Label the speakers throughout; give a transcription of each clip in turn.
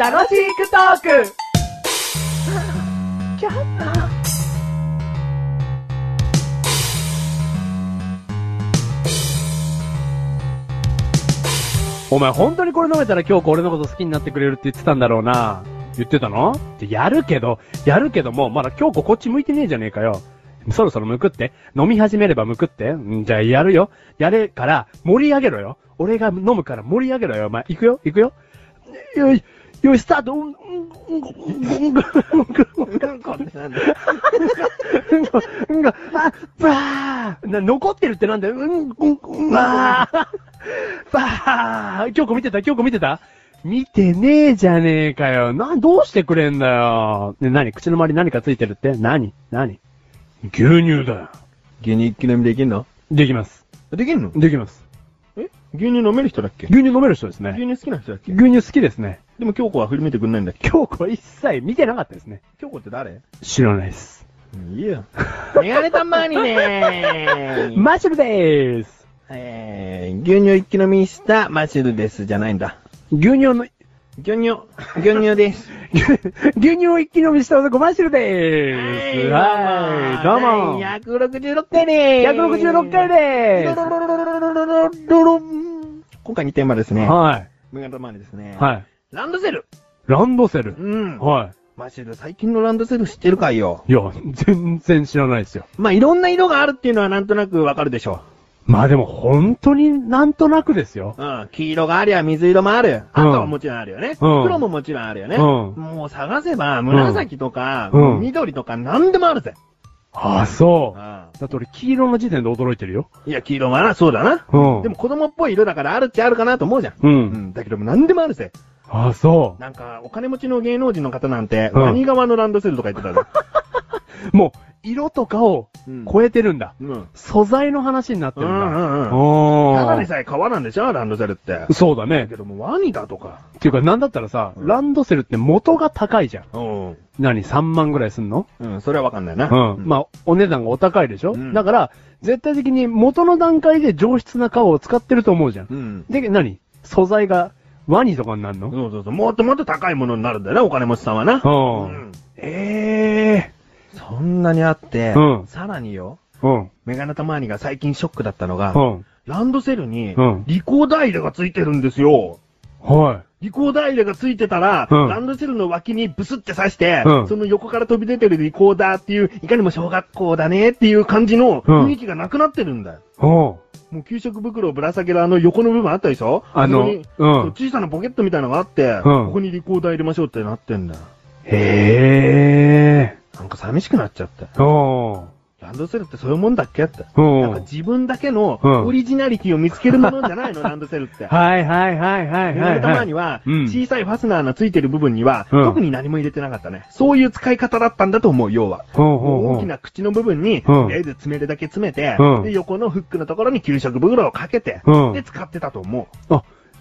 Speaker 1: 楽しくトーク
Speaker 2: お前本当にこれ飲めたら今日俺のこと好きになってくれるって言ってたんだろうな。言ってたのってやるけど、やるけども、まだ京子こっち向いてねえじゃねえかよ。そろそろむくって。飲み始めればむくって。んじゃあやるよ。やれから盛り上げろよ。俺が飲むから盛り上げろよ。お前、行くよ行くよ。よい、よい、スタートうん、うん、うん、うん、うん、うん、うん、うん、
Speaker 3: うんこってなんだ
Speaker 2: うん、うん、あ、ばーな、残ってるってなんだよ。うん、うん、うん、ばーばー京子見てた京子見てた見てねえじゃねえかよ。な、どうしてくれんだよ。ね、なに口の周り何かついてるって何何牛乳だよ。
Speaker 3: 牛乳一気飲みできんの
Speaker 2: できます。
Speaker 3: できんの
Speaker 2: できます。
Speaker 3: え牛乳飲める人だっけ
Speaker 2: 牛乳飲める人ですね。
Speaker 3: 牛乳好きな人だっけ
Speaker 2: 牛乳好きですね。
Speaker 3: でも京子は振り向いてくんないんだっけ
Speaker 2: 京子は一切見てなかったですね。
Speaker 3: 京子って誰
Speaker 2: 知らないです。
Speaker 3: いいよ。メガネたまにねー。
Speaker 2: マッシュルでーす。
Speaker 3: えー、牛乳一気飲みしたマシルですじゃないんだ。
Speaker 2: 牛乳の、
Speaker 3: 牛乳、牛乳です。
Speaker 2: 牛乳を一気飲みした男マッシュルでーす。はい、どうも。
Speaker 3: 166回でーす。
Speaker 2: 166回でー
Speaker 3: 今回2点目です
Speaker 2: す。
Speaker 3: ね。
Speaker 2: は
Speaker 3: メガネたまにですね。
Speaker 2: い。はい。
Speaker 3: ランドセル。
Speaker 2: ランドセル。
Speaker 3: うん。
Speaker 2: は
Speaker 3: マシル、最近のランドセル知ってるかいよ。
Speaker 2: い。いや、全然知らないですよ。
Speaker 3: まあ、いろんな色があるっていうのはなんとなくわかるでしょ
Speaker 2: まあでも本当になんとなくですよ。
Speaker 3: う。うん。黄色がありゃ水色もある。赤ももちろんあるよね。
Speaker 2: うん
Speaker 3: 黒ももちろんあるよね。
Speaker 2: うん
Speaker 3: もう探せば、紫とか、
Speaker 2: うん
Speaker 3: 緑とか何でもあるぜ。
Speaker 2: ああ、そうう。
Speaker 3: ん。
Speaker 2: だって俺黄色の時点で驚いてるよ。
Speaker 3: いや、黄色もな、そうだな。
Speaker 2: うん。
Speaker 3: でも、子供っぽい色だからあるっちゃあるかなと思うじゃん。
Speaker 2: う。
Speaker 3: うんん。だけども何でもあるぜ。
Speaker 2: ああ、そ
Speaker 3: なんか、お金持ちの芸能人の方なんて、
Speaker 2: うん
Speaker 3: 何側のランドセルとか言って たぞ。
Speaker 2: う。もう、色とかを
Speaker 3: うん
Speaker 2: 超えてるんだ。
Speaker 3: うん。
Speaker 2: 素材の話になって
Speaker 3: う
Speaker 2: るんだ。
Speaker 3: んうんうん。
Speaker 2: お
Speaker 3: ただでさえ革なんでしょランドセルって。
Speaker 2: そうだ
Speaker 3: だ
Speaker 2: ね
Speaker 3: け。ども、ワニだとか。
Speaker 2: っていうか、なんだったらさ、
Speaker 3: うん
Speaker 2: ランドセルって元が高いじゃん。
Speaker 3: うん。
Speaker 2: 何 ?3 万ぐらいすんの
Speaker 3: うん、それはわかんないな。
Speaker 2: うん。まあ、お値段がお高いでしょ、
Speaker 3: うん
Speaker 2: だから、絶対的に元の段階で上質な革を使ってると思うじゃん。
Speaker 3: うん。
Speaker 2: で、何素材がワニとかになるの、
Speaker 3: そうそうそう。もっともっと高いものになるんだよな、お金持ちさんはな。
Speaker 2: うん
Speaker 3: うん
Speaker 2: ええ
Speaker 3: そんなにあって
Speaker 2: うん、
Speaker 3: さらによ、
Speaker 2: うん。
Speaker 3: メガネたまーにが最近ショックだったの
Speaker 2: う
Speaker 3: が、
Speaker 2: ん。
Speaker 3: ランドセルに
Speaker 2: うん、
Speaker 3: リコーダイレがついてるんですよ。
Speaker 2: は
Speaker 3: リコーダー入れがついてたら、
Speaker 2: うん
Speaker 3: ランドセルの脇にブスって刺して、
Speaker 2: うん
Speaker 3: その横から飛び出てるリコーダーっていう、いかにも小学校だねっていう感じの
Speaker 2: うん
Speaker 3: 雰囲気がなくなってるんだよ。
Speaker 2: い。うん。
Speaker 3: もう給食袋をぶら下げるあの横の部分あったでしょ
Speaker 2: あの
Speaker 3: そこに
Speaker 2: うん
Speaker 3: そう小さなポケットみたいなのがあって、ここにリコーダー入れましょうってなってんだよ。
Speaker 2: へえ
Speaker 3: なんか寂しくなっちゃって。
Speaker 2: ー。うん。
Speaker 3: ランドセルってそういうもんだっけって。なん
Speaker 2: う
Speaker 3: か
Speaker 2: ん。
Speaker 3: 自分だけの
Speaker 2: うん
Speaker 3: オリジナリティを見つけるものじ ゃないの、ランドセルって。
Speaker 2: はいはいはいはい
Speaker 3: メガ
Speaker 2: はい、
Speaker 3: ネたま
Speaker 2: はい
Speaker 3: に。は、
Speaker 2: うん
Speaker 3: 小さいファスナーのついてる部分には、
Speaker 2: うん
Speaker 3: 特に何も入れてなかったね。そういう使い方だったんだと思う、要は。
Speaker 2: ほうほうほう
Speaker 3: 大きな口の部分に、
Speaker 2: うん
Speaker 3: とりあえず詰めるだけ詰めて、
Speaker 2: うん
Speaker 3: で横のフックのところに給食袋をかけて、
Speaker 2: うん
Speaker 3: で使ってたと思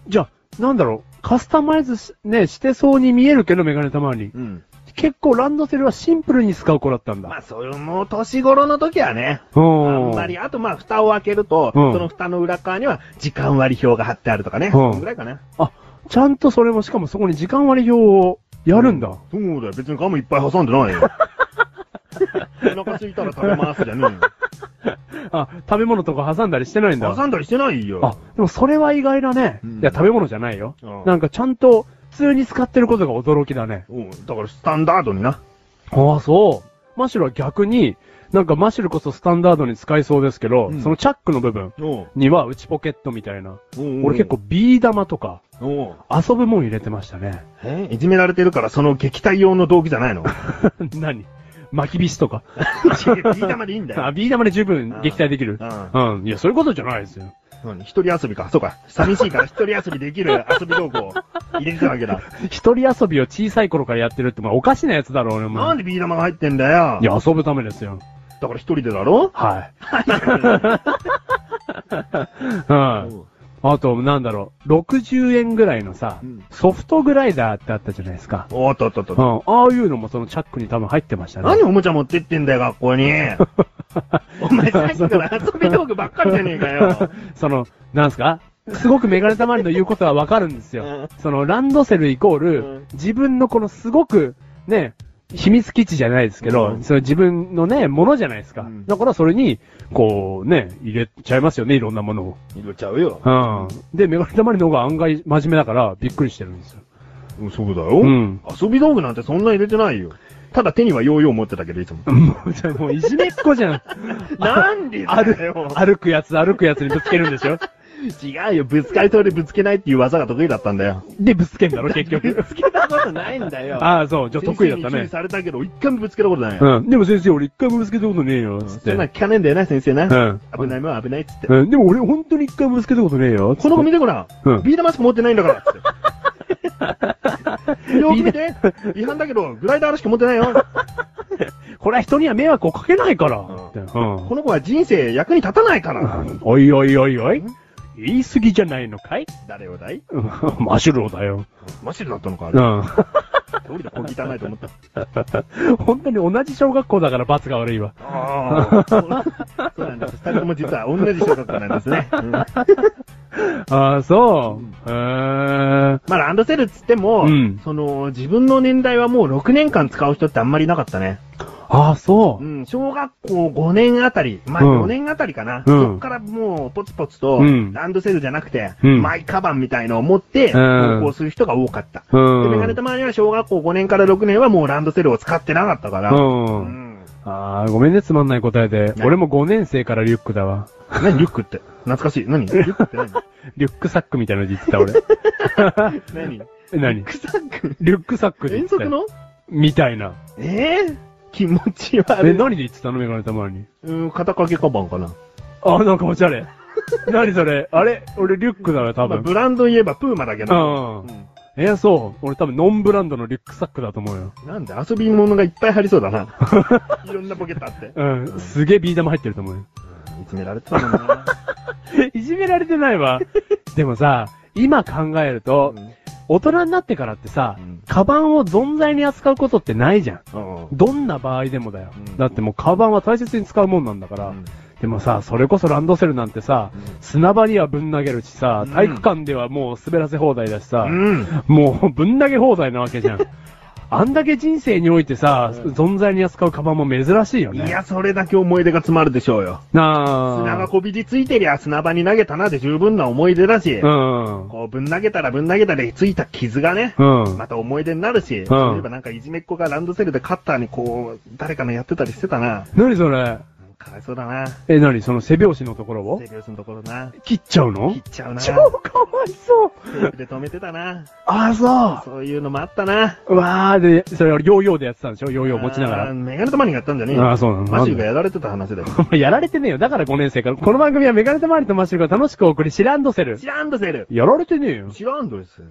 Speaker 2: じゃあ、なんだろう、カスタマイズし,、ね、してそうに見えるけど、メガネたまに
Speaker 3: う。。うん。
Speaker 2: 結構ランドセルはシンプルに使う子だったんだ。
Speaker 3: まあ、それも年頃の時はね、
Speaker 2: う
Speaker 3: あ
Speaker 2: ん
Speaker 3: んまり、あとまあ、蓋を開けると、
Speaker 2: うん
Speaker 3: その蓋の裏側には時間割表が貼ってあるとかね、
Speaker 2: ん
Speaker 3: そのぐらいかな。
Speaker 2: ちゃんとそれも、しかもそこに時間割り表をやるんだ。
Speaker 3: そうだよ、別にガムいっぱい挟んでな いよ。お腹空いたら食べますじゃね
Speaker 2: あ、食べ物とか挟んだりしてない
Speaker 3: え
Speaker 2: ん
Speaker 3: よ。
Speaker 2: だ。
Speaker 3: 挟んだりしてないよ。
Speaker 2: あ、でもそれは意外だね。
Speaker 3: うん
Speaker 2: いや、食べ物じゃないよ。
Speaker 3: うん
Speaker 2: なんかちゃんと、普通に使ってることが驚きだね。
Speaker 3: うん、だからスタンダードにな。
Speaker 2: ああ、そう。マシュルは逆に、なんかマシュルこそスタンダードに使いそうですけど、
Speaker 3: うん
Speaker 2: そのチャックの部分
Speaker 3: お
Speaker 2: には内ポケットみたいな。
Speaker 3: うん
Speaker 2: 俺結構、ビー玉とか、
Speaker 3: おう
Speaker 2: 遊ぶもん入れてましたね。
Speaker 3: えいじめられてるからその撃退用の道具じゃないの
Speaker 2: 何巻きびしとか。
Speaker 3: ビー玉でいいんだ
Speaker 2: あ、
Speaker 3: よ。
Speaker 2: ビー玉で十分撃退できる
Speaker 3: う。ん。
Speaker 2: うん。いや、そういうことじゃないですよ。
Speaker 3: 何一人遊びか。そうか。寂しいから一人遊びできる遊び道具を入れてたわけだ。
Speaker 2: 一人遊びを小さい頃からやってるって、まあ、おかしなやつだろうね、お前
Speaker 3: なんでビー玉が入ってんだよ。
Speaker 2: い。や、遊ぶためですよ。
Speaker 3: だから一人でだろ
Speaker 2: はい。 はい。あと、なんだろう、60円ぐらいのさ
Speaker 3: うん、
Speaker 2: ソフトグライダーってあったじゃないですか。
Speaker 3: おっとっとっ
Speaker 2: う
Speaker 3: と。
Speaker 2: ん。ああいうのもそのチャックに多分入ってましたね。
Speaker 3: 何おもちゃ持ってってんだよ、学 校に。お前さっきから遊び道具ばっかりじゃねえかよ。
Speaker 2: その、なんすかすごくメガネたまりの言うことはわかるんですよ。その、ランドセルイコール、
Speaker 1: うん
Speaker 2: 自分のこのすごく、ね、秘密基地じゃないですけど、
Speaker 1: うん
Speaker 2: その自分のね、ものじゃないですか。
Speaker 3: うん
Speaker 2: だからそれに、こうね、入れちゃいますよね、いろんなものを。
Speaker 1: 入れちゃうよ。
Speaker 2: うん。で、メガネたまりの方が案外真面目だから、びっくりしてるんですよ。
Speaker 3: うんそうだよ、
Speaker 2: うん
Speaker 3: 遊び道具なんてそんな入れてないよ。ただ手にはヨーヨー持ってたけど、いつも。
Speaker 2: もう、じゃあもういじめっ 子じゃん。
Speaker 3: なんで
Speaker 2: あ
Speaker 3: だ
Speaker 2: る
Speaker 3: よ。、
Speaker 2: 歩くやつ、歩くやつにぶつけるんでしょ
Speaker 3: 違うよ。ぶつかりそうでぶつけないっていう技が得意だったんだよ。
Speaker 2: で、ぶつけんだろ、結局。
Speaker 1: つけたことないんだよ。
Speaker 2: ああ、そう、じゃあ得意だった
Speaker 3: 先生に注
Speaker 2: ね
Speaker 3: 意。されたけど、一回もぶつけたことないよ。
Speaker 2: うん。でも先生、俺一回もぶつけたことねえよ、つっ
Speaker 3: そ
Speaker 2: て。
Speaker 3: んなの聞かねえんだよな、先生な。
Speaker 2: うん
Speaker 3: 危ないもん、危ないっつって。
Speaker 2: うん。でも俺本当に一回もぶつけたことねえよ。
Speaker 3: この子見てごらん。
Speaker 2: うん
Speaker 3: ビー玉しか持ってないんだから。 つってよく見て。違反だけど、グライダーしか持ってないよ。
Speaker 2: これは人には迷惑をかけないから。
Speaker 3: ん
Speaker 2: ってうん。
Speaker 3: この子は人生役に立たないから。
Speaker 2: おいおいおいおい。言い過ぎじゃないのかい
Speaker 3: 誰をだい
Speaker 2: うんマシュローだよ。
Speaker 3: マシルだったのか、あ
Speaker 2: う
Speaker 3: れ。
Speaker 2: ん。
Speaker 3: どうりだ、小汚いと 思った。
Speaker 2: 本当に同じ小学校だから罰が悪いわ。
Speaker 3: ああ。そうなんです。二人とも実は同じ小学校なんですね。うんま
Speaker 2: ああ、そう。へえ。
Speaker 3: あ、ランドセルっつっても
Speaker 2: うん、
Speaker 3: その、自分の年代はもう6年間使う人ってあんまりいなかったね。
Speaker 2: ああ、そうう。
Speaker 3: ん、小学校5年あたり、まあ
Speaker 2: うん
Speaker 3: 4年あたりかな。
Speaker 2: うん
Speaker 3: そっからもうポツポツと、
Speaker 2: うん
Speaker 3: ランドセルじゃなくて、
Speaker 2: うん
Speaker 3: マイカバンみたいのを持って、
Speaker 2: うん
Speaker 3: 登校する人が多かった。
Speaker 2: う
Speaker 3: で、
Speaker 2: ん。
Speaker 3: メガネたまには小学校5年から6年はもうランドセルを使ってなかったから。
Speaker 2: う。
Speaker 3: うんん
Speaker 2: ああ、ごめんね、つまんない答えで。
Speaker 3: 何
Speaker 2: 俺も5年生からリュックだわ。
Speaker 3: 何リュックって。懐かしい。何リュックって何
Speaker 2: リュックサックみたいなの言ってた、俺。
Speaker 3: 何
Speaker 2: え
Speaker 3: リュ
Speaker 2: 何
Speaker 3: ックサック
Speaker 2: リュックサックで言
Speaker 3: 遠
Speaker 2: ってたよ。
Speaker 3: 足の
Speaker 2: みたいな。
Speaker 3: ええ気持ち悪
Speaker 2: え、
Speaker 3: い。
Speaker 2: 何で言ってたのメガネたまに。
Speaker 3: うん、肩掛けカバンかな。
Speaker 2: あ、なんかおしゃ れ。何それあれ俺リュックだよ、多
Speaker 3: まあ、
Speaker 2: 分。
Speaker 3: ブランド言えばプーマだけど。
Speaker 2: うん
Speaker 3: ん
Speaker 2: えー、そう。俺多分ノンブランドのリュックサックだと思うよ。
Speaker 3: なんで遊び物がいっぱい入りそうだ な。いろんなポケットあって。
Speaker 2: うん。すげえビー玉入ってると思うよ。
Speaker 3: いじめられてたもんな。
Speaker 2: いじめられてないわ。 でもさ、今考えると、大人になってからってさ、
Speaker 3: うん
Speaker 2: カバンを存在に扱うことってないじゃん。
Speaker 3: うん
Speaker 2: どんな場合でもだよ。
Speaker 3: うん
Speaker 2: だってもうカバンは大切に使うもんなんだから。
Speaker 3: うん
Speaker 2: でもさ、それこそランドセルなんてさ、
Speaker 3: うん
Speaker 2: 砂場にはぶん投げるしさ
Speaker 3: う、ん
Speaker 2: 体育館ではもう滑らせ放題だしさ、
Speaker 3: うん。
Speaker 2: もうぶん投げ放題なわけ じゃん。あんだけ人生においてさ、存在に扱うカバンも珍しいよ
Speaker 3: い
Speaker 2: ね。
Speaker 3: や、それだけ思い出が詰まるでしょうよ。
Speaker 2: なあ。
Speaker 3: 砂がこびりついてりゃ砂場に投げたなで十分な思い出だし、
Speaker 2: うん。
Speaker 3: こうぶん投げたらぶん投げたでついた傷がね、
Speaker 2: うん。
Speaker 3: また思い出になるし、そういえばなんかいじめっ子がランドセルでカッターにこう、誰かのやってたりしてたな。
Speaker 2: 何それ
Speaker 3: かわいそうだな。
Speaker 2: え、何その背拍子のところを
Speaker 3: セリオスのところな。
Speaker 2: 切っちゃうの
Speaker 3: 切っちゃうな。
Speaker 2: 超
Speaker 3: テー
Speaker 2: かわいそう
Speaker 3: プで止めてたな。
Speaker 2: ああ、そ
Speaker 3: そういうのもあったな。
Speaker 2: うわあ、で、それ俺ヨーヨーでやってたんでしょヨーヨー持ちなが
Speaker 3: あー
Speaker 2: ら。
Speaker 3: メガネたまにがやったんじゃねえよ
Speaker 2: あーそうなの
Speaker 3: マシュがやられてた話だよ。
Speaker 2: やられてねえよ。だから5年生から。この番組はメガネたまりとマッシュルが楽しくお送り、シランドセル。
Speaker 3: 知らんとセル。
Speaker 2: やられてねえよ。
Speaker 3: 知らんとです。